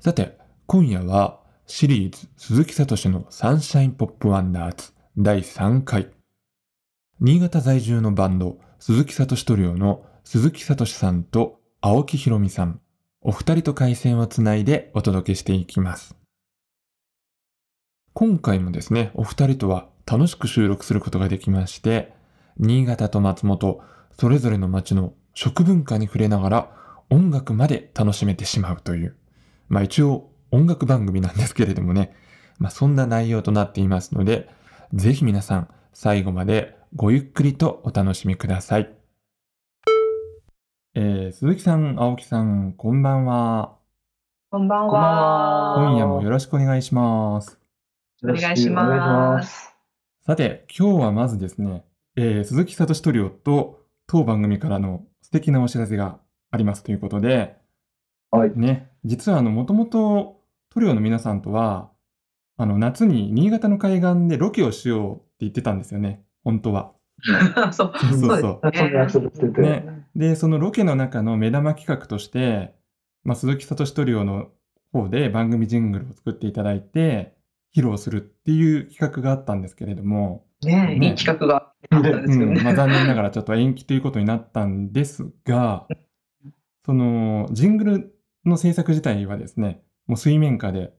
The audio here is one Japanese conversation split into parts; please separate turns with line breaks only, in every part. さて、今夜はシリーズ鈴木聡のサンシャインポップワンダーズ第3回。新潟在住のバンド鈴木聡トリオの鈴木聡さんと青木ひろみさん、お二人と回線をつないでお届けしていきます。今回もですね、お二人とは楽しく収録することができまして、新潟と松本、それぞれの町の食文化に触れながら音楽まで楽しめてしまうという、まあ一応音楽番組なんですけれどもね、まあそんな内容となっていますので、ぜひ皆さん最後までごゆっくりとお楽しみください。えー、鈴木さん、青木さん、こんばんは。
こんばん
こんばん
は。
は
今夜もよろしくお願いします。
お願いします。
さて、今日はまずですね、えー鈴木聡トリオと当番組からの素敵なお知らせがありますということで、
はい
ね、実はあの、もともとトリオの皆さんとは、あの、夏に新潟の海岸でロケをしようって言ってたんですよね、本当 は。
そう。
そうそうそう。
あそう約束してて、
ねで、そのロケの中の目玉企画として、まあ、鈴木聡トリオの方で番組ジングルを作っていただいて、披露するっていう企画があったんですけれども、
ね
ね
いい企画があったんですよ
うんまあ、
ね。
残念ながらちょっと延期ということになったんですが、そのジングルの制作自体はですね、もう水面下で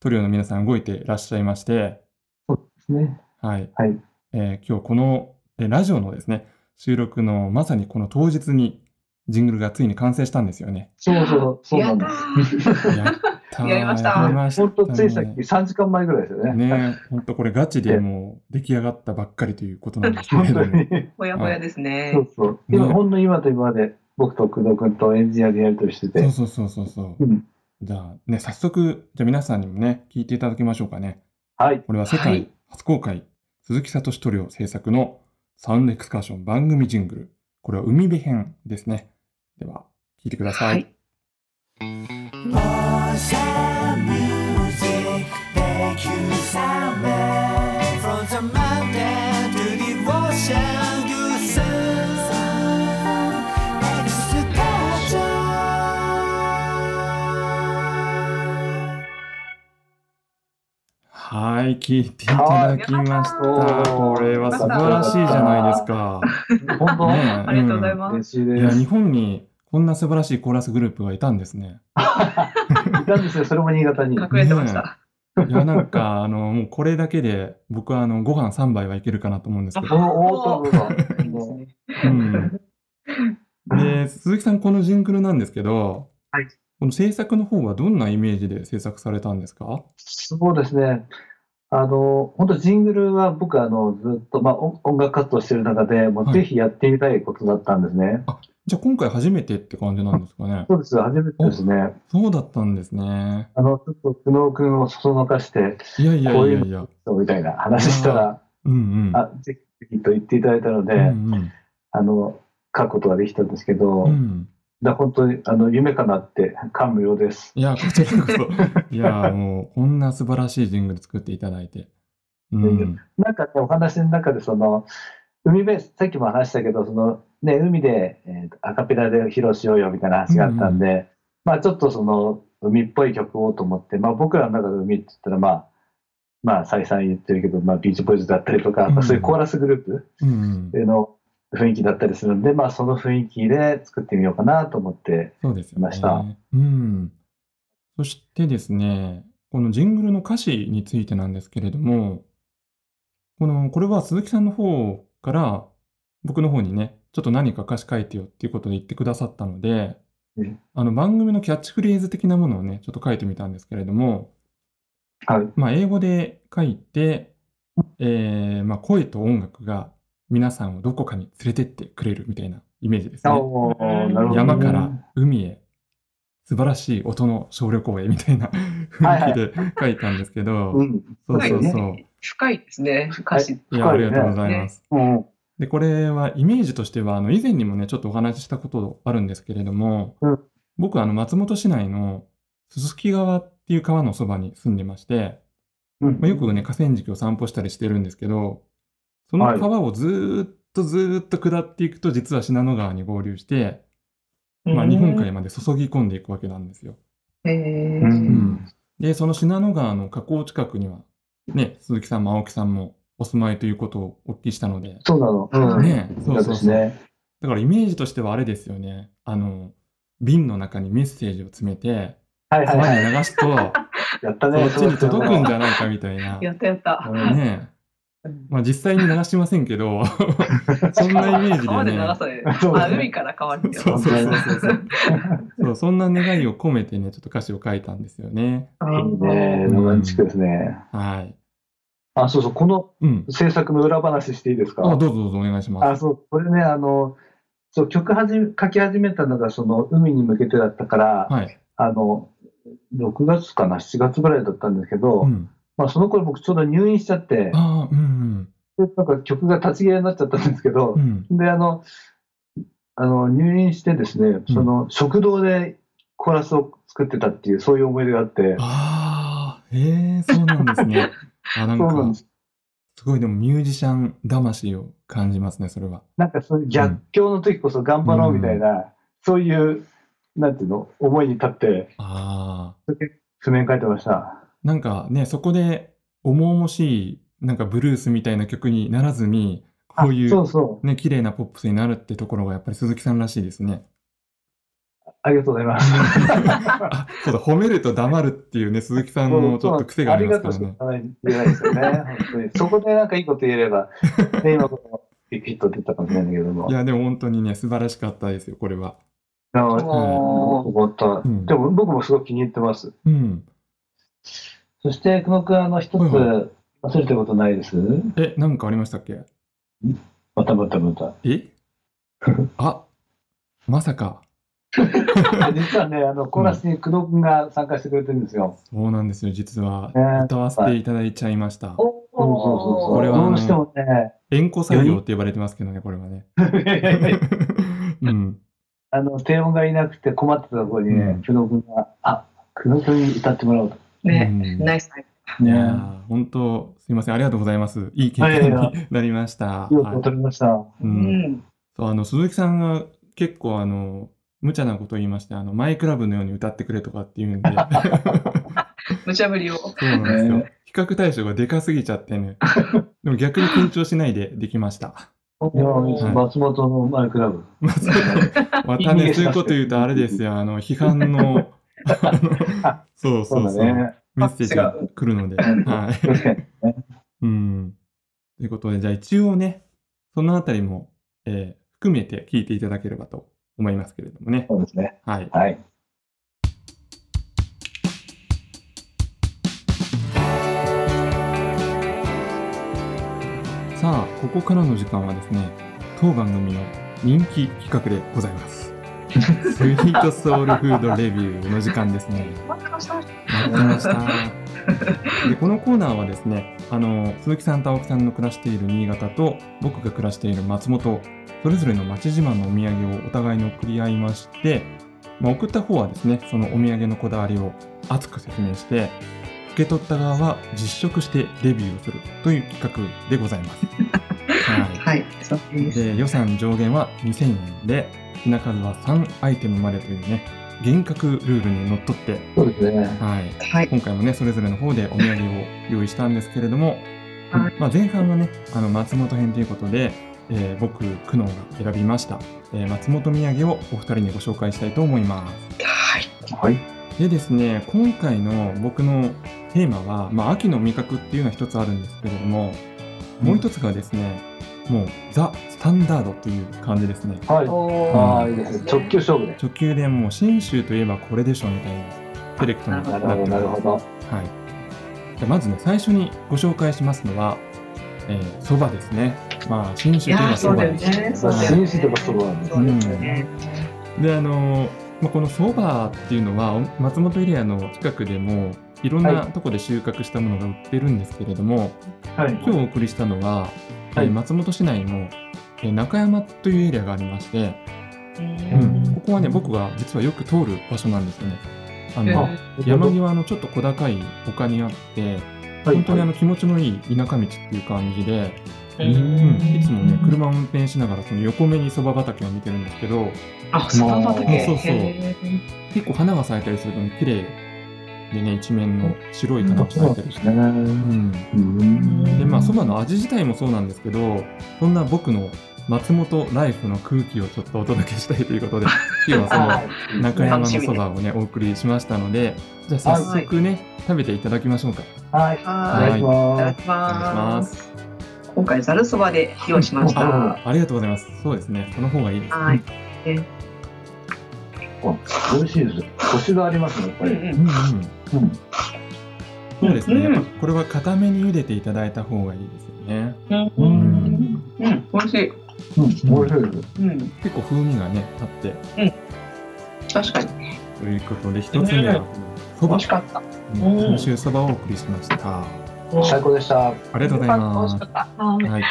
トリオの皆さん動いていらっしゃいまして、
そうですね。
はい。
はい
えー今日このえーラジオのですね、収録のまさにこの当日にジングルがついに完成したんですよね。
そうそう、そうな
やっ
ん
た
です。
ー
やったー
やりました
やりました
ほんとついさっ
ね
き3時間前ぐらいですよね。
ねえ、本当これガチでもう出来上がったばっかりということなんですけ
本
れど
当
も
に。。
ほやほやですね
そ。うそう。今、
ね
ほんの今と今まで僕と工藤君とエンジニアでやりとりして
そ
て
う、そうそうそうそうう。
ん
じゃあね、早速、じゃあ皆さんにもね、聞いていただきましょうかね。
はい、
これは世
は
界
い
初公開、鈴木聡トリオ制作のサウンドエクスカーション番組ジングル。これは海辺編ですね。では、聞いてくださ
はいい。
Motion music, take you somewhere from the mountain to the ocean, good sun, excursion.
はい、聞いていただきました。
はい
これは素晴らしいじゃないですか。
本当、
ね
ありがとうございま
嬉
す。
しい
いや、
です。
日本にこんな素晴らしいコーラスグループがいたんですね。
いたんですよ、それも新潟に。
隠れてました。
いや、なんか、あの、もうこれだけで、僕はあの、ご飯3杯はいけるかなと思うんですけ
こ
ど。
のオート
いい
ム
です
の。
ね
うん。で、鈴木さん、このジングルなんですけど、
はい
この制作の方はどんなイメージで制作されたんですか
そうですね。あの、本当ジングルは僕、あの、ずっと、まあ、音音楽活動してる中で、も
は
う
い
ぜひやってみたいことだったんですね。
じゃあ今回初めてって感じなんですかね。
そうです、初めてですね。
そうだったんですね。
あの、ちょっと、久能君をそそのかして、
いやいやいやいや。
そうみたいな話したら、
うんうん。
あ、ぜひぜひと言っていただいたので、
うん
あの、書くことができたんですけど、
うん。うん。
だ本当に、あの、夢かなって感無量です。
いや、こちらこ そ。いや、もう、こんな素晴らしいジングル作っていただいて。うん。
なんかね、お話の中で、その、海辺、さっきも話したけど、その、ね、海で、えーアカペラで披露しようよみたいな話があったんで、まあ、ちょっとその、海っぽい曲をと思って、まあ、僕らの中で海って言ったら、まあ、まあ、再三言ってるけど、まあ、ビーチボーイズだったりとか、まあそういうコーラスグループ、
うんうん。
の雰囲気だったりするんで、まあ、その雰囲気で作ってみようかなと思って、
そうですよね。
ました
うん。そしてですね、このジングルの歌詞についてなんですけれども、この、これは鈴木さんの方から僕の方にね、ちょっと何か歌詞書いてよっていうことで言ってくださったので
うん、
あの番組のキャッチフレーズ的なものをね、ちょっと書いてみたんですけれども、
はい、
まあ英語で書いて、えーまあ声と音楽が皆さんをどこかに連れてってくれるみたいなイメージですね。
おーなるほどね
山から海へ素晴らしい音の小旅行へみたい な雰囲気で書いたんですけど、
うん、
そうそうそう、
深いですね。歌詞。
いやあ
深い
り
ね
がとうございます。
うん、
でこれはイメージとしてはあの以前にもねちょっとお話ししたことあるんですけれども、
うん
僕はあの松本市内の鈴木川っていう川のそばに住んでまして、
うん
まあ、よくね河川敷を散歩したりしてるんですけどその川をずーっとずーっと下っていくと実は信濃川に合流してまあ、日本海まで注ぎ込んでいくわけなんですよ。
え
う
ー、
ん
で、その信濃川の河口近くには、ね、鈴木さんも青木さんもお住まいということをお聞きしたので、
そうなの。うん。
ね、
そ
そうう
で
そう
す
そう。
ね。
だからイメージとしてはあれですよね。あの、瓶の中にメッセージを詰めて、
はいはい
川
は
に
い。
流すと、
やった
そ
ね。
っちに届くんじ
ゃ。
ゃないかみたいな。
やったやった。
うん
ねまあ実際に流しませんけど、 そんなイメージ
川で
で
流
ね。
され、
そう
あ
だね
海から川に。
そうう
そ
そううそ
そ
うう
そ
そうそう。そんな願いを込めてね、ちょっと歌詞を書いたんですよね。
あ
いい
ー
ね。ロマンチックですね。
はい。
あ、そうそう。この
うん。
制作の裏話していいですか
あ、どうぞどうぞお願いし
あ、
ます。
そう。これね、あの、そう曲はじ書き始めたのがその海に向けてだったから、
はい。
あの6月かな7月ぐらいだったんですけど、
うん。
まあ、その頃僕ちょうど入院しちゃって
ああ、うん
でなんか曲が立ち消えになっちゃったんですけど
うん。う、ん。
であのあの入院してですねその食堂でコーラスを作ってたっていうそういう思い出があって
ああ、へえ、そうなんです ね。あ、なん
そうなん
か
で、す
すごいでもミュージシャン魂を感じますね、それは。
なんかそういう逆境の時こそ頑張ろうみたいな、そういうなんていうの思いに立って
ああ。
譜面書いてました。
なんかね、そこで重々しい、なんかブルースみたいな曲にならずに、こうい
あ
う
そうそう
ね、綺麗なポップスになるってところがやっぱり鈴木さんらしいですね。
ありがとうございます。
あ、そうだ、褒めると黙るっていうね、鈴木さんのちょっと癖がありますからね。
ありがとう しか言えないですよね、本当に。そこでなんかいいこと言えれば、ね、今このピピッと出たかもしれないけども。
い
あ
や、でも本当にね、素晴らしかったですよ、これは。
の
も
思った。
うん
でも僕もすごく気に入ってます。
うん。
そして、久野君、あの、一つ
はいは
忘れたことないです
え、なんかありましたっけ
またまた また。
えあ、まさか。
実はね、あの、コーラスに久野君が参加してくれてるんですよ。
そうなんですよ、実は
え。ー
歌わせていただいちゃいました。
う
そうそうそうそう。
これはあ
ど
の
うしてもね、
縁故採用って呼ばれてますけどね、これはね。うん。
あの、低音がいなくて困ってたところに
う
ね
ん、
久野君が、あ、久野君に歌ってもらおうと。
ね、
うん
ナイスナイス。
い
ね
やー本当、すいません、ありがとうございます。いい経験
いやい
になりました。
よく
はい
踊りました。
う
うんん。
そうあの鈴木さんが結構あの無茶なことを言いましてあのマイクラブのように歌ってくれとかって言うんで
無茶ぶりを。
そうなんです
へ
よ比較対象がでかすぎちゃってねでも逆に緊張しないでできました
いや松本のマイクラブ。
まあまた
いい
ね
ね
そういうこと言うとあれですよあの批判のあのそう
そ
そうう
だ
そう
ね。
メッセージが来るので、は
確かにね。
い、うんということでじゃあ一応ねそのあたりも、えー含めて聞いていただければと思いますけれどもね
そうですね。
はい
はい。
さあここからの時間はですね当番組の人気企画でございますスイートソウルフードレビューの時間ですね
待ってました。
待ってましたでこのコーナーはですねあの鈴木さんと青木さんの暮らしている新潟と僕が暮らしている松本それぞれの町自慢のお土産をお互いに送り合いまして、まあ、送った方はですねそのお土産のこだわりを熱く説明して受け取った側は実食してレビューをするという企画でございます。はい
はい、そうです。
で予算上限は2000円で品数は3アイテムまでというね厳格ルールにのっとって、
そうですね。
はい、
はい。
今回もねそれぞれの方でお土産を用意したんですけれども、
は
まあ、前半はねあの松本編ということで、えー僕久能が選びました、えー松本土産をお二人にご紹介したいと思います。
はい。
はい。
でですね今回の僕のテーマは、まあ、秋の味覚っていうのは一つあるんですけれども、もう一つがですねもうザ・スタンダードという感じですね
はい。あ
お
あ、いいですね。直球勝負で。
直球でもう信州といえばこれでしょみたいなセレクトになって
な
ま
る
す
ほど、なるほど。
はい、じゃあまずね最初にご紹介しますのはそば、蕎麦ですねまあ信州といえばそ
そう
ば
だよ
です
ね。
そ
そうう
だ
だ
よ
よ
ね
ね。
そう
です
よ
ね
ね。
であのーまあ、このそばっていうのはお松本エリアの近くでもいろんなとこで収穫したものが売ってるんですけれども、
はい。
今日お送りしたのは、
はい
えー松本市内の、えー中山というエリアがありまして、
うん
ここはね僕が実はよく通る場所なんですよね。あの
え
山際のちょっと小高い丘にあって、本当にあの気持ちのいい田舎道っていう感じで、
ー
うんいつもね車を運転しながらその横目にそば畑を見てるんですけど
あ、そば畑。
そうそう
へー
結構花が咲いたりするとね綺麗でね一面の白い花が咲いたりして、
ね。
うん、
うん
でまあそばの味自体もそうなんですけどそんな僕の松本ライフの空気をちょっとお届けしたいということで今日はその中山のそばをねお送りしましたのでじゃあ早速ね、食べていただきましょうか
はい。
は
はい
い。
い
お願
いただ
い
き
お願い
し
し
ま。
ますす
今回ざるそばで用意しまし
お
た。
あありがとうございますそうですねその方がいいです、
はい。
ます。美味しいです。コシがありますね、やっぱ
うんう
り。
うん
ん。
うん
うん。
そうですね、
うん
やっぱこれは固めに茹でていただいた方がいいですよね
うん
う
うんん。うん。美味しい。
うん、美味しいです。
うん。
結構風味がねあって
確かに。
ということで一つ目はそ
美
ば
味しかった。
うん今週そばをお送りしました
最高でした。
ありがとうござい
美
ま
味
す
しかった。はい
はい。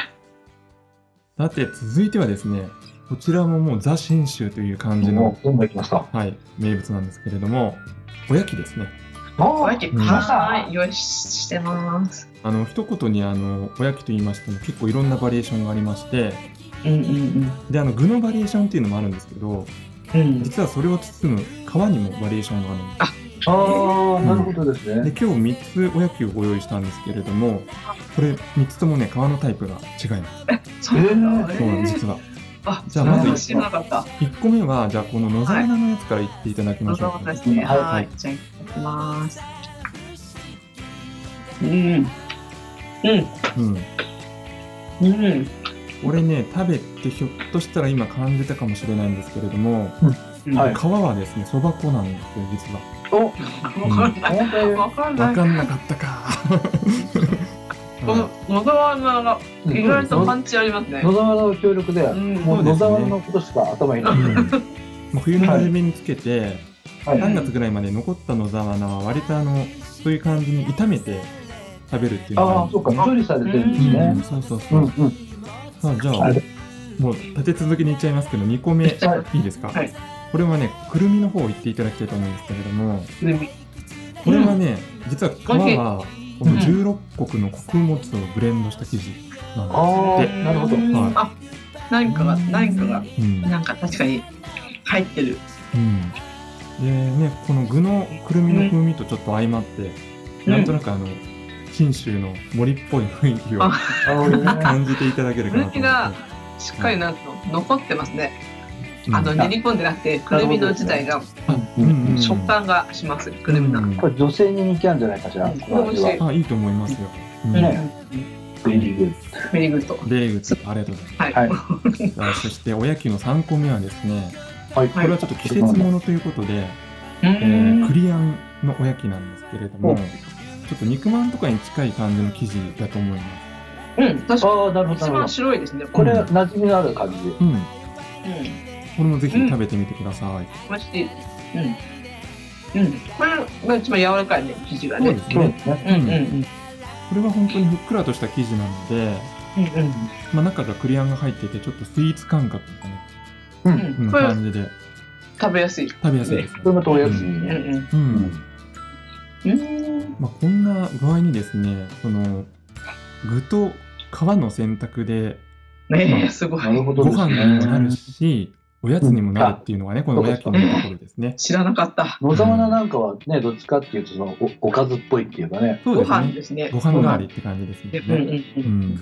さて、続いてはですね、こちらももうザ・信州という感じ
も
の、
う、どんどん行きますか。
はい、名物なんですけれども、おやきですね。
お
はい、
うん
はい、用意してます。
あの、一言にあの、おやきと言いましても結構いろんなバリエーションがありまして、
うんうん
で、あの、具のバリエーションっていうのもあるんですけど、
うん。うん。
実はそれを包む皮にもバリエーションがあるんです。
ああ、なるほどです
で、
ね。
今日3つおやきをご用意したんですけれども、これ3つともね、皮のタイプが違います。
そうなんだ。
そうなんです、
えー
実は。
あ、
じ
じ
ゃ
ゃ
あ
あ
ま
ま
ず
ず知らなかった。
1個目は、じゃあこの野沢菜のやつからいっていただき
そ
ま
う
しょうか。
ですね。
はい
はい、じゃあいただきます。うん。う
うん。
ん。うん。
俺ね食べてひょっとしたら今感じたかもしれないんですけれども、
うん
はい
皮はですねそば粉なんですよ実は
お、
わかんない。
本当に
わかんな
分
い。
かんなかったか
この
は
野沢菜が意外とパンチありますね。
野沢の協力で、
ん
もう野沢のことしか頭にない
い。もう冬の初めにつけて、
はい
3月ぐらいまで残った野沢菜は割とあのそういう感じに炒めて食べるっていうのがるん
ああ、
で
そうか、
すね
調理されてるんです
うん
ね。
そうそうそうう、
ん、うん。
さあじゃあ
あれ
もう立て続けにいっちゃいますけど2個目い
はい
いですか、
はい
これはねくるみの方を言っていただきたいと思うんですけれども
うん
これはね、実は皮はこの
うん
16国の穀物をブレンドした生地なん
あ
で
あ
す、
なるほど。
って、はい
あ、何かが何かが
うん
なんか確かに入ってる。
うんでねこの具のくるみの風味とちょっと相まって、
うん
なんとなくあの信州の森っぽい雰囲気を
あ
なるほどね。
感じていただけるかなと思って
くるみがしっかりなんと残ってますね。
うん
あの練り込んでなくて、くるみの自体が
うんうんうん
食感がします。くるみの。
う
うんん
これ女性に人気あるんじゃないかしら。この味は。
あいいと思いますよ、うん
うん
ねベリーグッ
ベリーグッド。
ベリーグッズありがとうございます
はい。
はい
あそしておやきの3個目はですね
ド。はい。
これはちょっと季節ものということで、
う
えー、
ん
クリアンのおやきなんですけれども
うん
ちょっと肉まんとかに近い感じの生地だと思います
うん、確か
ああ、なるほ
に
ど、
一
なるほ
番
ど。
白いですね。
これ、馴染みのある感じ。
うんこ
うん、美
れもぜひ食べてみてください、
味しい。うん。うん、これが一番柔らかいね、生地が
そう
ね
で。す
そう
ね
ですね。
うんうんうん
これは本当にふっくらとした生地なので、
う
まあ、中がクリアンが入っていてちょっとスイーツ感覚の、ね
う
うんう
う、
ん。
んん。これ
感じで
食べやすい。
食べやすいですね
これまたおやつに
うんう
ね。
ん
う
うん
ん
うん。
まあ、こんな具合にですねその具と皮の選択で
ねえ、すごい
な。るほど
ご
です
飯にもなる
ね。
し、おやつにもなるっていうのがね、このおやきのところですね。
知らなかった。
野沢菜なんかはね、どっちかっていうと、そのお、おかずっぽいっていうかね。
そう
ご
です
飯
ね。
ですね
ご。飯代わりって感じですも
うん
んね。
う
うんん。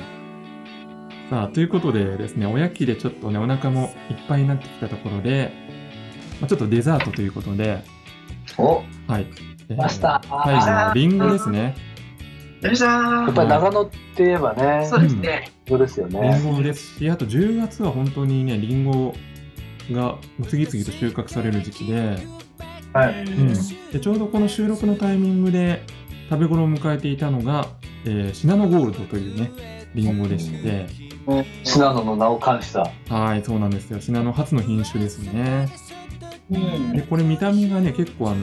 さあ、ということでですね、おやきでちょっとね、お腹もいっぱいになってきたところで、まあ、ちょっとデザートということで、
お、
はい。えー
マスター
最後はリンゴですね。
うん。よっしゃ
やっ
ー
ぱり長野って言えばね
そ、うですね。
そうですよ
リン
ね。
ゴですし、あと10月は本当にね、リンゴが次々と収穫される時期で、
はい。
うん、
Um,
でちょうどこの収録のタイミングで食べ頃を迎えていたのが、えーシナノゴールドというねリンゴでして
信濃の名を冠した。
はいそうなんですよシナノ初の品種ですね
うん
でこれ見た目がね結構あの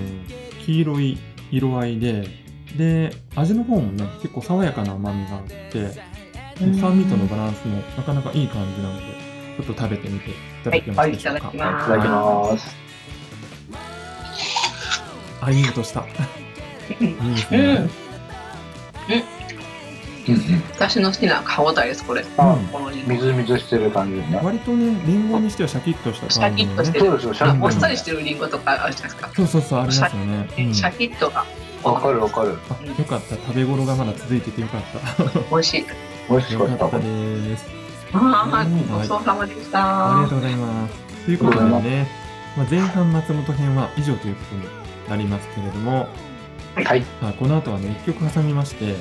黄色い色合いでで味の方もね結構爽やかな甘みがあってで酸味とのバランスもなかなかいい感じなのでちょっと食べてみていただけますで
い
し
た
ょう
だ
か、
き
い
ま
ただき
す。
ます。
あいい音したいいですね、
うん
うんうん
私の好きな歯応えですこれ
あ
うん
このリンゴ
みずみずしてる感じですね。
割とね、リンゴにしてはシャキッとした感じの
シャキッとし
ね
て。
そうですよ、シャ
あ
ン
も
プ
っ
ー
さりしてるリンゴとかあるじゃないですか、
そうそうそう、ありますよね。うん
シャキッとが
わかるわかる。
あよかった、食べ頃がまだ続いててよかった。
美味しい
美味し
よ
か
か
っ。
ったたです。
ああ
うん
ごちそうさまでし
あり
た
がとうございます。ということでね、まあ、前半松本編は以上ということになりますけれども、
はい。
まあ、この後はね、一曲挟みまして、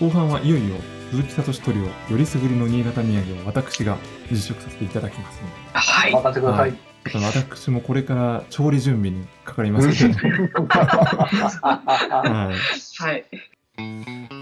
後半はいよいよ鈴木聡トリオ、よりすぐりの新潟土産を私が実食させていただきますので、
はい
任せてください。
ちょっと私もこれから調理準備にかかりますけ ど、
は
はい。
はい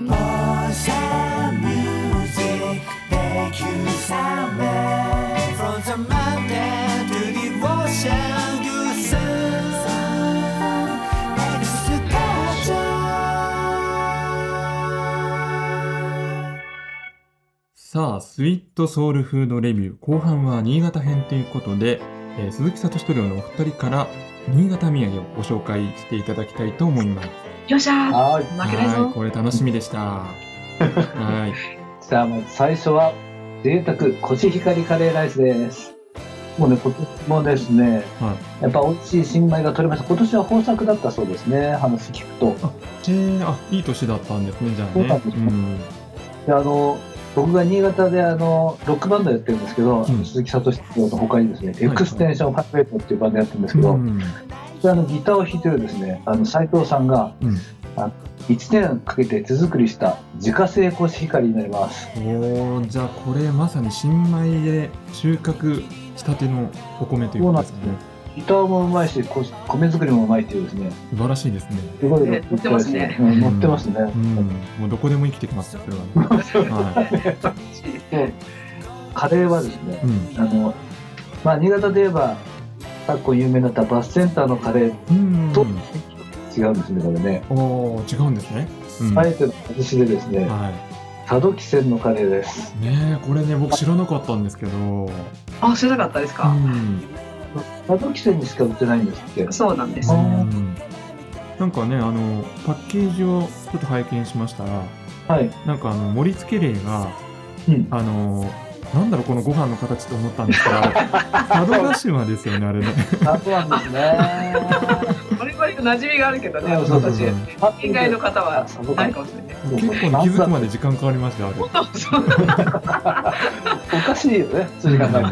さあ、スイートソウルフードレビュー後半は新潟編ということで、えー鈴木聡トリオのお二人から新潟土産をご紹介していただきたいと思います。
よっしゃー
はい。
負けない
はい、
ぞ
これ楽しみで した。はい。
じゃあ、まず最初は、贅沢コシヒカリカレーライスです。もうね、今年もですね、
はい
やっぱ美味しい新米が取れました。今年は豊作だったそうですね、話聞くと。
えー、あ、いい年だったんですね、じゃあ
そうなん
ね。
です
ん。
であの僕が新潟であのロックバンドやってるんですけど、
うん
鈴木聡の他にですね、エクステンションハイウェイトっていうバンドやってるんですけど、
うん。
であのギターを弾いてるですねあの斉藤さんが
うん。
1年かけて手作りした自家製コシヒカリになります
おーじゃあこれまさに新米で収穫したてのお米ということですね
そうなんでギターもうまいしこ米作りもうまいっていうですね
素晴らしいですね
すごい
ね
ロックバンドです
乗ってますね
うん乗ってますね、
うんもうどこでも生きてきますよそれはねは
でカレーはですね
い、うん
あのまあ新潟で言えば昨今有名になったバスセンターのカレー
うん
と違うんですねこれね、
おー違うんですね、うん
あえての外しでですね、
は
佐渡汽船のカレーです。
いねえこれね僕知らなかったんですけどうん
あ知らなかったですか、
佐渡汽船にしか売ってないんですって。
そうなんです
あ
うんなんかねあのパッケージをちょっと拝見しましたら
はい。
なんかあの盛り付け例が
うん。
あのーなんだろうこのご飯の形と思ったんですが佐渡島ですよねあれね
あそうなんですね。
我々に馴染みがあるけどね
そうそう
私
そう
以外の方は
佐渡
ないか
か
もしれない
結構ね気づくまで時間かかりましたよあれ
そう
おかしいよね。普通に考えて。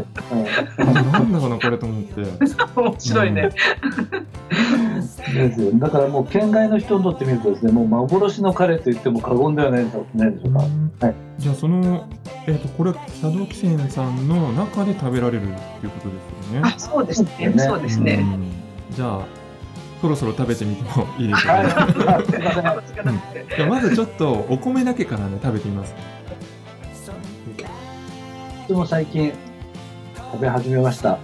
なんだかなこれと思って
面白いね、
うんですよ。だからもう県外の人にとってみるとですね、もう幻のカレーと言っても過言ではないんじゃないでしょうか。はい
じゃあその えっ、とこれ佐渡汽船さんの中で食べられるっていうことですよね
あそうですね
ね
そうですね、
うんじゃあそろそろ食べてみてもいいでしょう
はい。
か
すいません
あ近なくて
じゃあまずちょっとお米だけからね食べてみます
でも最近食べ始めました。
う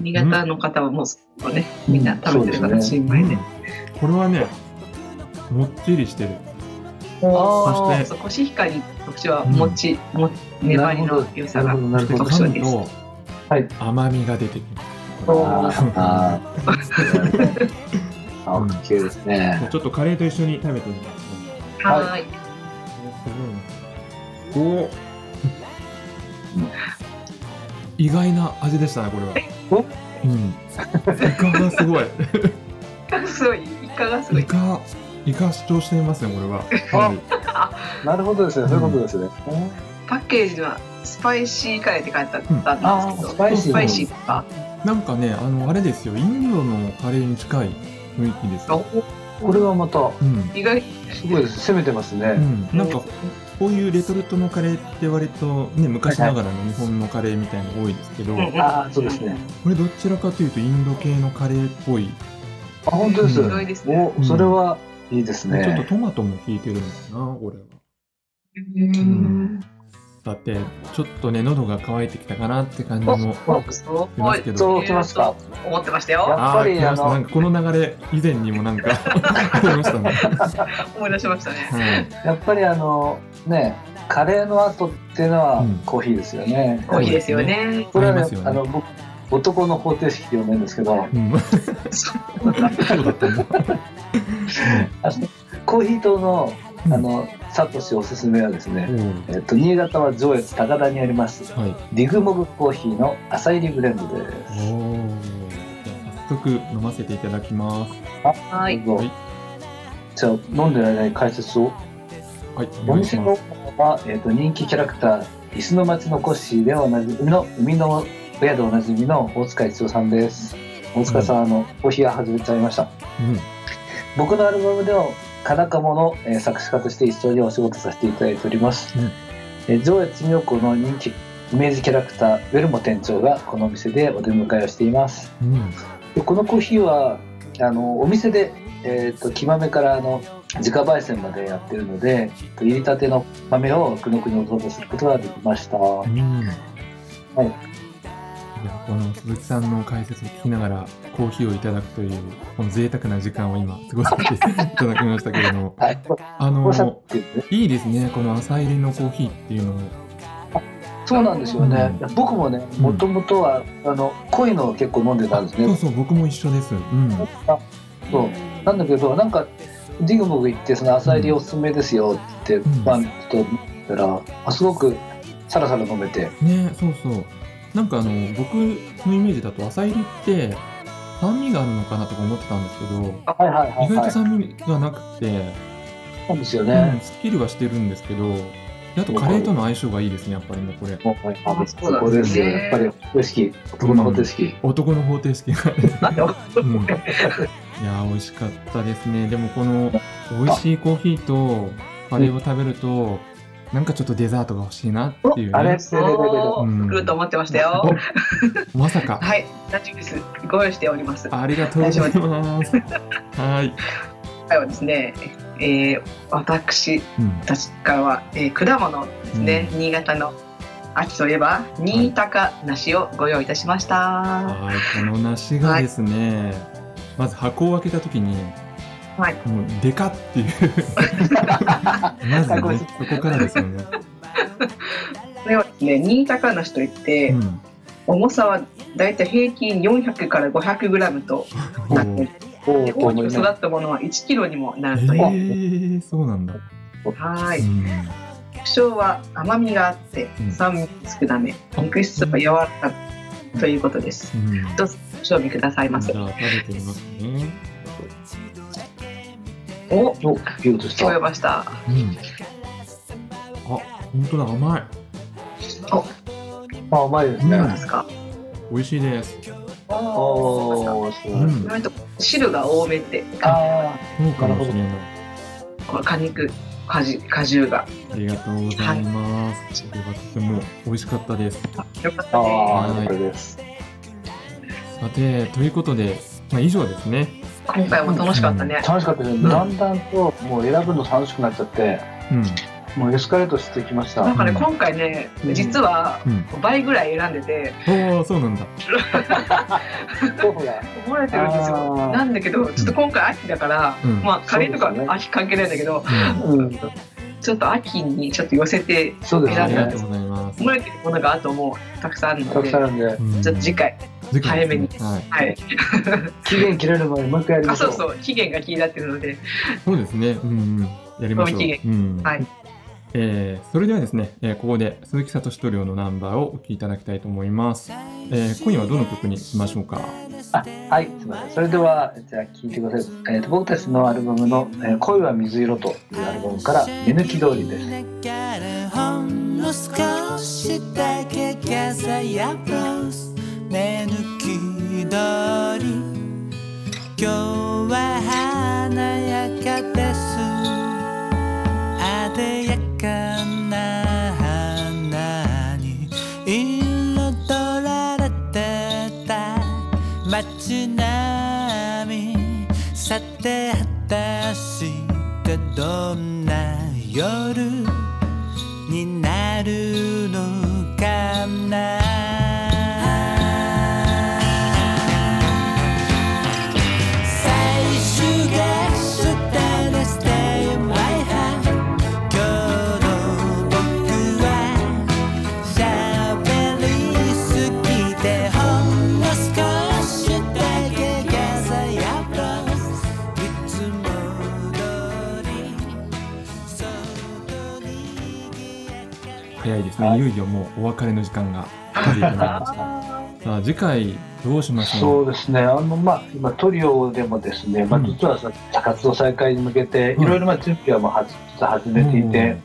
新潟の方はもうねみんな食べてるか
うん
ら新
ん、
米
う
で
ん、これはねもっちりしてる
お
そ
ー
して
そうコシヒカリの特徴はもち、も粘りの良さ
な
が
るほどなるほど
特
噛
徴
む
です
と
はい
甘みが出てきます
おー
あーあー。オッケーですね。
ちょっとカレーと一緒に食べてみたい
はーい
と思いますお意外な味でしたねこれは
お
うんイカがすごい
イカがすごいイカがすご
イ
い
カイカ主張していますねこれははい
なるほどですね。そういうことですね。
パッケージにはスパイシーカレーって書いてあったんですけど、
うんあースパイシー
スパイシーとか
なんかねあのあれですよインドのカレーに近い雰囲気ですよ
これはまた
うん
意外
すごいです。攻めてます
う
ね。
ん、なんかこういうレトルトのカレーって割とね昔ながらの日本のカレーみたいなの多いですけど、
うん
ああ、そうですね。
これどちらかというとインド系のカレーっぽい、
あ、本当です。
うん
広いですね
お、それはいいです
ちょっと
ね。
トマトも効いてるのかなこれは
うん
だってちょっとね喉が渇いてきたかなって感じも
す
し
ご
ま
い
すけど
そうきますか。
思ってました
や
よ
あ
っぱ
あ
り
来ました
あの
なんかこの流れ以前にもなんかありましたね、
思い出しましたね
はい、
やっぱりあの、ね、カレーの後っていうのは
うん
コーヒーですよね。
コーヒーですよね
これは
合います
ね
よ、ね
あの、僕、男の方程式って呼んでるんですけど、
うん、 そうだったんだ、
あのコーヒーとの、あの、サトシおすすめはです
お
ね、
ー
えっと、新潟は上越高田にあります、
はい。
ディグモグコーヒーの朝入りブレンド
お
です。
ーじゃあ早速飲ませていただきます。
はい。
どうぞ
はい
じゃあ、飲んでる間に解説を。
はい。
お
願い
店
し
の
ます
オーナーは、えっと人気キャラクター、椅子の町のコッシーでおなじみの、海の親でおなじみの大塚一郎さんです。大塚さん、あの、コーヒーは外れちゃいました。
うん。
僕のアルバムではカナカモの、えー作詞家として一緒にお仕事させていただいております、
うん
えー上越妙高の人気イメージキャラクターウェルモ店長がこのお店でお出迎えをしています
うん。
でこのコーヒーはあのお店で、えー、と木豆からあの自家焙煎までやってるのでえっと入りたての豆を奥の国にお届けすることができました、
うん。い
はい
や、この鈴木さんの解説を聞きながら、コーヒーをいただくという、この贅沢な時間を今、過ごさせていただきましたけれど も、
はい、こ
あ
こさっ
の、
ていうね
いいですね、この朝入りのコーヒーっていうのも。
そうなんですよね、
うん
いや僕もねもともとはあの濃いのを結構飲んでたんですね
そうそう、僕も一緒です。うん。は
そうなんだけどなんかディグモグ行ってその朝入りおすすめですよって言って、
うん
まあちょっと見たらあすごくサラサラ飲めて
ねそうそうなんかあの僕のイメージだと朝入りって酸味があるのかなとか思ってたんですけど
はいはいはい
意外
は
と
いそ
酸味がなくて、
うなんですよ
うん、
ね、
すっきりはしてるんですけどであとカレーとの相性がいいですねやっぱりねこれ
もう
あ
そ
そうなんですね
こですよやっぱり方程式男の方程式、
男の方程式が、
あよ
うん、いやー美味しかったですねでもこの美味しいコーヒーとカレーを食べるとなんかちょっとデザートが欲しいなっていう
あれ
ね
ってレベル
お
う
ー
ん
来ると思ってましたよ。
おまさか
はい、大丈夫です。ご用意しております。
ありがとうございますはい、
今回はですね、えー、私
うん
たちからは、えー、果物ですね、新潟の秋といえば新高梨をご用意いたしました。
はい、この梨がですね、まず箱を開けた時に、
はい
もうでかっていうまずねそこからですよね、
これはですね、新高梨といって、
うん、
重さはだいたい平均400から500グラムとなっており
おお
大
と
き
思
く
い
育
な
ったものは1キロにもな
え
るという。
ー、そうなんだ、
は
う
い。
ん、
特徴は甘みがあって
うん
酸味少なめ、
あ
肉質は柔らかいということです。
うん、
どうぞご賞味くださいませ
じ。ゃあ食べてみますね、
お、
おいい音し
聞こえ
た
ました。
うん、あ本当だ甘い
あ甘いです
う
どうで
ん
ね、
すか。
美味しいです
おお。
おおすごい、
うん
意外と汁が多めって、
あ
そうかもしれない
この果肉、果汁、果汁が。
ありがとうございます、これはとても美味しかったです
よかっ
ー
たね。
あーこれです
さてということで、まあ、以上ですね、
今回も楽しかったね。
楽しかったですね、
うん
だんだんともう選ぶの楽しくなっちゃって
うん
もうエスカレートしてきました、
なんかね、
うん
今回ね、
うん
実は
うん、
倍ぐらい選んでて、
おおそうなんだ
候補が
こぼれてるんですよ。
あー
なんだけど、ちょっと今回秋だから、
うん
まあ、カレーと
そ
か
うですね
秋関係ないんだけど、
うん
うん
ちょっと秋にちょっと寄せて、
そうです
あ
よ
りがと
ね
うございます
こぼれてるものがあともうたくさんある
た
の
く
で、
さん
ち
あるんで
うん
ょっと次回、
次回
早めに
ですねはい
はい。
期限切れる前にもう一回やりま
あ、
しょ
そう
う
そう、期限が気になってるので、
そうですねうんうんやりましょ
賞味期
う、うん
はい
えーそれではですね、えーここで鈴木聡塗料のナンバーをお聴きいただきたいと思います、えー今夜はどの曲にしましょうか
はい、すみません。それでは、じゃあ聞いてください。えーと僕たちのアルバムの、えー恋は水色というアルバムから、見抜き通りです。
ほんの少しだけ風やロス目抜き通り今日は華やかです艶やかな花に彩られてた街並みさて果たしてどんな夜になるのかな最終がしたら Stay in my heart 今日の僕は喋りすぎてほんの少しだけ風やロスいつも通りそっと
早いですね、、
はいい
よいよもうお別れの時間が近づいてまいりましたさあ次回どうしましょ
そううですね、あのまあ、今、トリオでもですね、まあ、
うん
実はさ活動再開に向けて、
うん
いろいろまあ準備はもうはじ実は始めていて、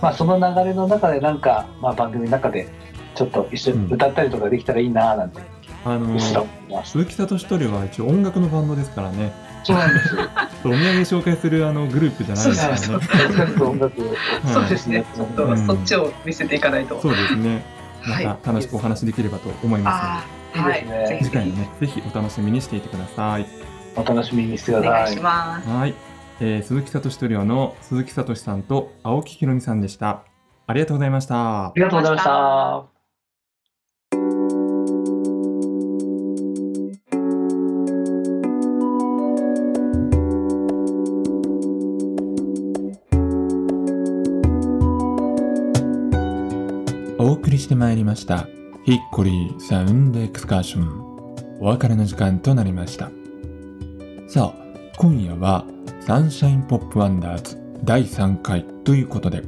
まあ、その流れの中で、なんか、まあ、番組の中で、ちょっと一緒
うん
に歌ったりとかできたらいいななんて、
うんあ
う
の
っすら思ってます。
鈴木聡トリオは一応音楽のバンドですからね
そうなんですよ。
お土産紹介するあのグループじゃないですからね
そうそうそ
音楽と音楽を
そうですね。ちょっと
うん
そっちを見せていかないと。
そうですね
はい
また楽しくお話できればと思いま
ああ、はい
いいですね。
ぜ
す
ひぜ
ので、次回
ひ
もねぜひお楽しみにしていてください
お楽しみにして
お
くだ
願い
さ
し
い。
ます。
はい、えー鈴木聡トリオの鈴木聡さんと青木ひろみさんでしたありがとうございました
ありがとうございました。
お送りしてまいりましたヒッコリーサウンドエクスカーションお別れの時間となりましたさあ今夜はサンシャインポップワンダーズ第3回ということで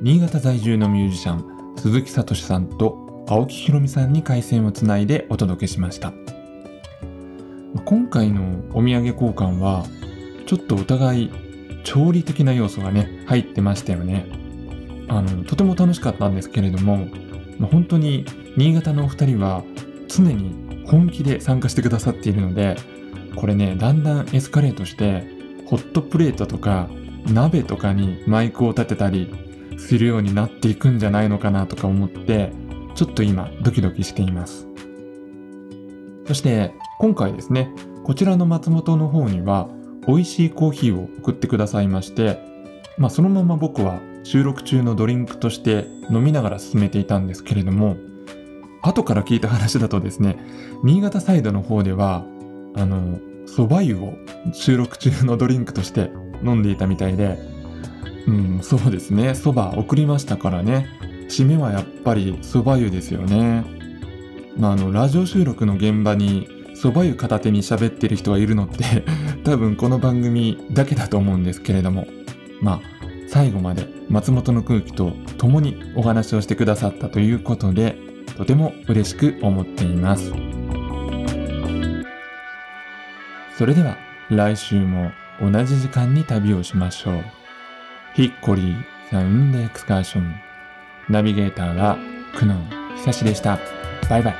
新潟在住のミュージシャン鈴木聡さんと青木ひろみさんに回線をつないでお届けしましたまあ今回のお土産交換はちょっとお互い調理的な要素がね入ってましたよねあのとても楽しかったんですけれども、まあ本当に新潟のお二人は常に本気で参加してくださっているのでこれねだんだんエスカレートしてホットプレートとか鍋とかにマイクを立てたりするようになっていくんじゃないのかなとか思ってちょっと今ドキドキしていますそして今回ですねこちらの松本の方には美味しいコーヒーを送ってくださいましてまあ、そのまま僕は収録中のドリンクとして飲みながら進めていたんですけれども後から聞いた話だとですね新潟サイドの方ではあのそば湯を収録中のドリンクとして飲んでいたみたいでうんそうですねそば送りましたからね締めはやっぱりそば湯ですよね、まあ、あのラジオ収録の現場にそば湯片手に喋ってる人がいるのって多分この番組だけだと思うんですけれどもまあ、最後まで松本の空気と共にお話をしてくださったということで、とても嬉しく思っています。それでは来週も同じ時間に旅をしましょう。ヒッコリーサウンドエクスカーション。ナビゲーターは久能久志でした。バイバイ。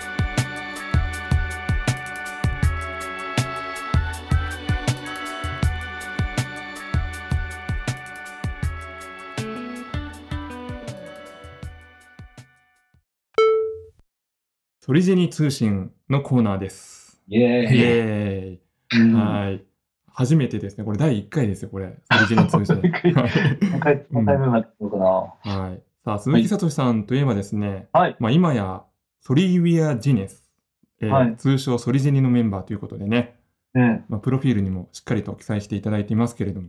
トリジェニ通信のコーナーです。
イエ
イ
ーイ。
エーイ。
うん
はい。初めてですね。これ第1回ですよ、これ。オリジナル通信
第一回何回何回目までやろうかな。
はい。さあ、鈴木聡さんといえばですね、
はい
まあ、今やソリウィア・ジネス、えー
はい
通称ソリジェニのメンバーということでね、
ね、
まあ、プロフィールにもしっかりと記載していただいていますけれども、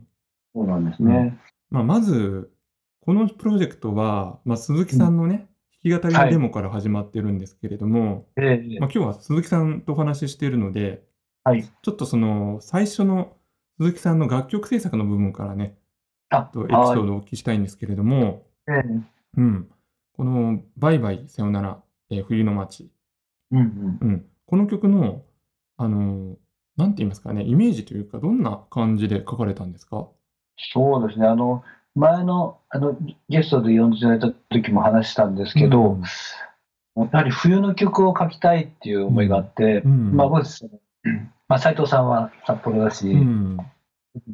そうなんですね。
まあ、まず、このプロジェクトは、まあ、鈴木さんのね、弾き語りのデモから始まってるんですけれども、
ええ
まあ、今日は鈴木さんとお話ししているので、
はい
ちょっとその最初の鈴木さんの楽曲制作の部分からね、
あ
ちょっとエピ
は
ソ
い
ードをお聞きしたいんですけれども、
ええ
うん、この「バイバイさよなら、えー冬の街
うんうん」
うん、この曲の、あのーなんて言いますかね、イメージというか、どんな感じで書かれたんですか
そうですね、あの前のあのゲストで呼んでいただいた時も話したんですけど、やはり冬の曲を書きたいっていう思いがあって、
うん
まあ、僕ですねまあ、斉藤さんは札幌だし、
うん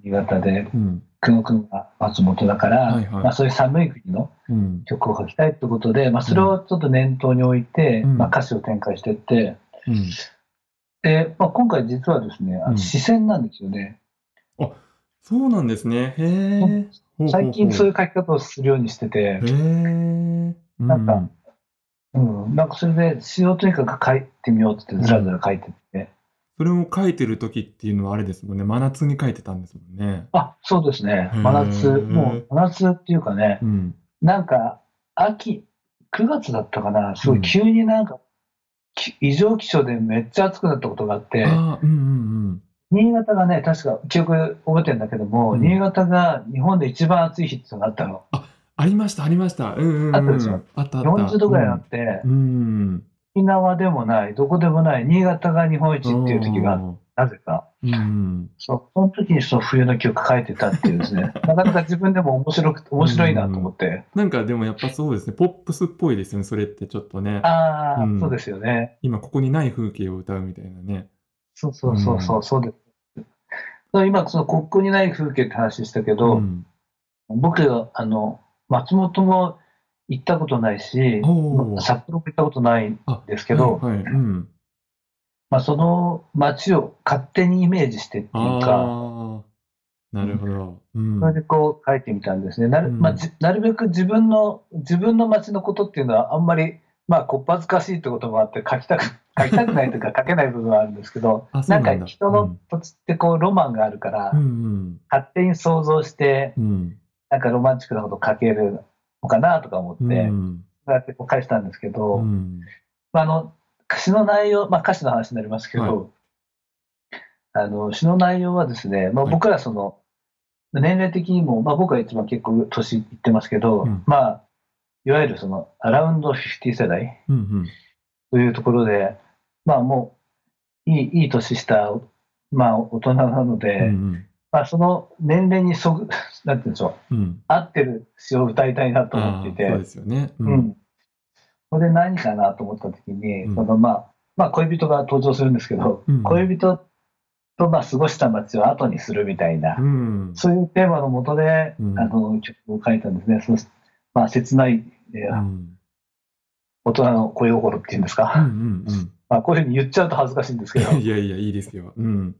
新潟で、
うん
久野君が松本だから、
はいはい
まあ、そういう寒い国の
うん
曲を書きたいってことで、まあ、それをちょっと念頭に置いて、
うん
まあ、歌詞を展開していって、
うん
でまあ、今回実はですね、あ
うん
の視線なんですよね。
そうなんですね。へえ。
最近そう
う
いう書き方をするようにしてて、
へえ。
なんかうん、なんかそれで詩をとにかく書いてみようってずらずら書いてて、
それを書いてる時っていうのはあれですもんね真夏に書いてたんですもんね。
あそうですね
へー
真夏もう真夏っていうかね
うん、
なんか秋9月だったかなすごい急になんか、き異常気象でめっちゃ暑くなったことがあって
ああうんうん
新潟がね確か記憶覚えてるんだけども、
うん
新潟が日本で一番暑い日っていうのがあったの
うん。ありました、ありました。うんうん、うん。
あったでしょ
あったあった。
40度ぐらいあって
う、ん。
沖縄でもない、どこでもない、新潟が日本一っていう時が、なぜか。
うん。
そうその時にその冬の記憶書いてたっていう ですね、なかなか自分でも面白くて、面白いなと思って。
なんかでもやっぱそうですね、ポップスっぽいですよね、それってちょっとね。
ああ、
うん
そうですよね。
今ここにない風景を歌うみたいなね。
そうそうそうそう、そうです。だから今、その国境にない風景って話したけど、
ん、
僕、あの、松本も行ったことないし、
おー
札幌も行ったことないん
あ
ですけど、
はいはいうん、
まあ、その街を勝手にイメージしてっていうか、
ああ、なるほど。うん
それでこう書いてみたんですね。なる,、
うん
まあ、じなるべく自分の、自分の街のことっていうのはあんまり、まあ、こっぱずかしいってこともあって書きたく、 書きたくないというか書けない部分はあるんですけど、
あそう
な
なん
ん
だ
か人の土地ってこうロマンがあるから、
うん
勝手に想像して、
うんうん
なんかロマンチックなこと書けるのかなとか思って、
うん
そうやってこう返したんですけど、
うん
まあ、あの歌詞の内容、まあ、歌詞の話になりますけど、あの詩の内容はですね、まあ、
はい
僕らその、年齢的にも、まあ、僕は一番結構年いってますけど、
うん
まあ、いわゆるそのアラウンド50世代
うんうん
というところで、まあ、もういいいい年した、まあ、大人なので、
うん
まあ、その年齢にそぐなんて言うんでしょう
うん
合ってる詩を歌いたいなと思っていて。
あーそうですよね。う
うんん、これ何かなと思った時に、
うん
そのまあまあ、恋人が登場するんですけど、
うん
恋人とまあ過ごした街を後にするみたいな、
うん
そういうテーマのもとで、
うん
あの曲を書いたんですね。そのまあ、切ない、えー
うん
大人の恋心っていうんですか、
うんうん
まあ、こういうふうに言っちゃうと恥ずかしいんですけど
うん。 いやいや、いいですよ。うん。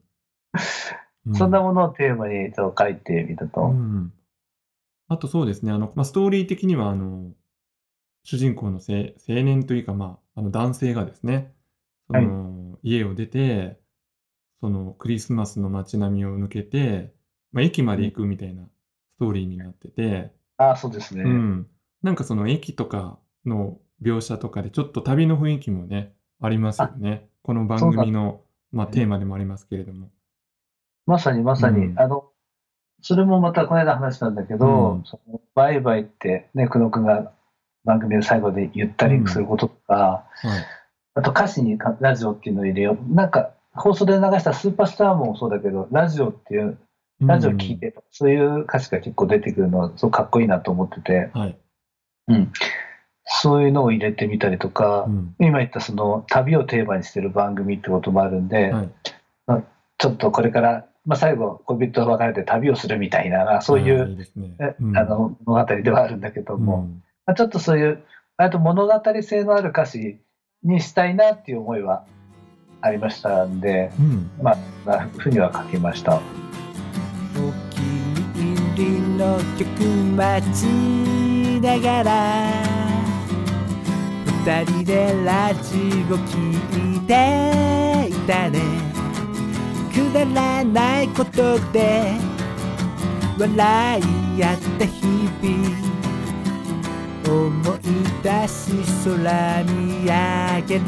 そんな
も
ものをテーマにちょっと書いてみたと、
うん、あとそうですね、あの、まあ、ストーリー的には、あの、主人公のせ青年というか、まあ、あの男性がですね、その、家を出て、そのクリスマスの街並みを抜けて、まあ、駅まで行くみたいなストーリーになってて、
ああそうですね、
うん、なんかその駅とかの描写とかでちょっと旅の雰囲気もねありますよねこの番組の、まあ、テーマでもありますけれども、
まさにまさに、
うん
あのそれもまたこの間話したんだけど、
うん
そのバイバイってね久野君が番組の最後で言ったりすることとか、
はい、
あと歌詞にかラジオっていうのを入れようなんか放送で流した「スーパースター」もそうだけどラジオっていうラジオ聞いてとか、そういう歌詞が結構出てくるのはすごくかっこいいなと思ってて、
うん、はい、
うん、そういうのを入れてみたりとか
う、ん
今言ったその旅をテーマにしてる番組ってこともあるんで、
はい
ちょっとこれから、まあ、最後恋人と別れて旅をするみたいなそうい、
あーいういですね
え
うん
あの物語ではあるんだけど
う
も、
ん
まあ、ちょっとそういうあと物語性のある歌詞にしたいなっていう思いはありましたんで、
うん
まあ、そんなふうには書きました。
お気に入りの曲待ちながら二人でラジオ聞いていたねくだらないことで笑い合った日々思い出し空見上げる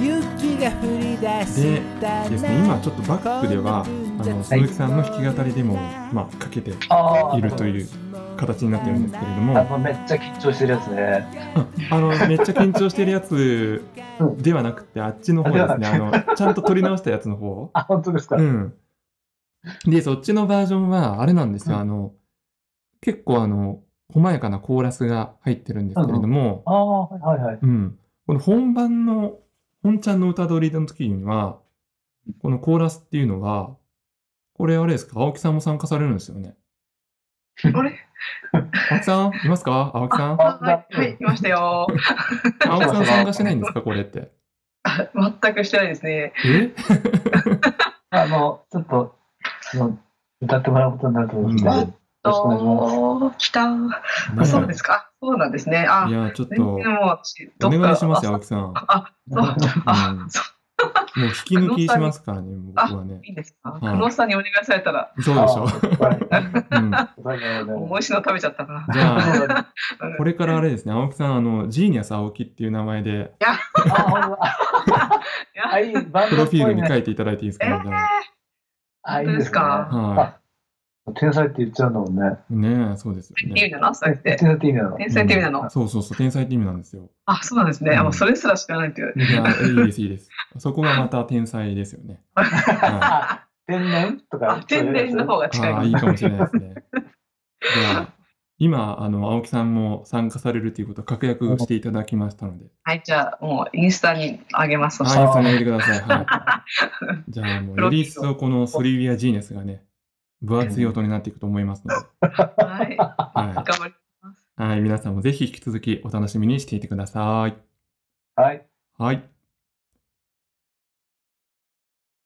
雪が降り出した
でですね今ちょっとバックではあの鈴木さんの弾き語りでも、まあ、かけて
あー
いるという形になってるんですけれども
あのめっちゃ緊張してるやつね。
あのめっちゃ緊張してるやつではなくてあっちの方ですねあのちゃんと撮り直したやつの方
あ、本当ですか。
うん。で、そっちのバージョンは、あれなんですよ、
うん
あの、結構あの、細やかなコーラスが入ってるんですけれども、
ああ、はいはいはい。
うん。この本番の、本ちゃんの歌取りの時には、このコーラスっていうのは、これあれですか、青木さんも参加されるんですよね。
あれ
青木さん、いますか青木さん。
あはい、はい、いましたよ。
青木さん参加してないんですかこれって。
全くしてないですね。
え
あの、ちょっと、その、歌ってもらうことになると思うんですけど、
うん
よろしくお願いします。
と、来た。あそうですか。そうなんですね。あ
い、や、ちょっ
全然
と、
もう私、
お
どっか。
願いしますよ、青木さん。
あそう
う
あ
ん、
そ
もう引き抜きしますからね、僕
あ
はね
う、。いいですか。
い
久野さんにお願いされたら、
そうでしょ。うん
美味しいの食べちゃったな。
じゃあ、
うん
これからあれですね、青木さん、あの、ジーニアス青木っていう名前で、
いや
あ、いい、バン
プ
ド
ロ
っ
フィー
ぽ
ル
い
に
ね
書いていただいていいですか、
え
ね、じゃあ
ー、
あ、いい
本当
で
ですす
ね。
か
は
天才って言っちゃうんだもんね。
ねえ、そうですよ
意味
ね。
なのそれって
天。才って意味なの
天才って意味なの
そうそうそう、天才って意味なんです よ。
あ、そうなんですね。あ、もうそれすら知らないっていう。
いや、いいです、いいです。そこがまた天才で すよね。は
あ天然とか
あ、。天然の方が
い、
近い
あ
か
あ、
も
いいかもしれないですね。では、今、あの、青木さんも参加されるということ、確約をしていただきましたので、
はい、じゃあ、もうインスタに上げます。そした
はい、
ら
その入れてください。 はい。じゃあ、もう、より一層このソリビアジーネスがね、分厚い音になっていくと思いますので、
はい、頑
は
張り。
い。はい、皆さんもぜひ引き続きお楽しみにしていてください。
はい。
はい。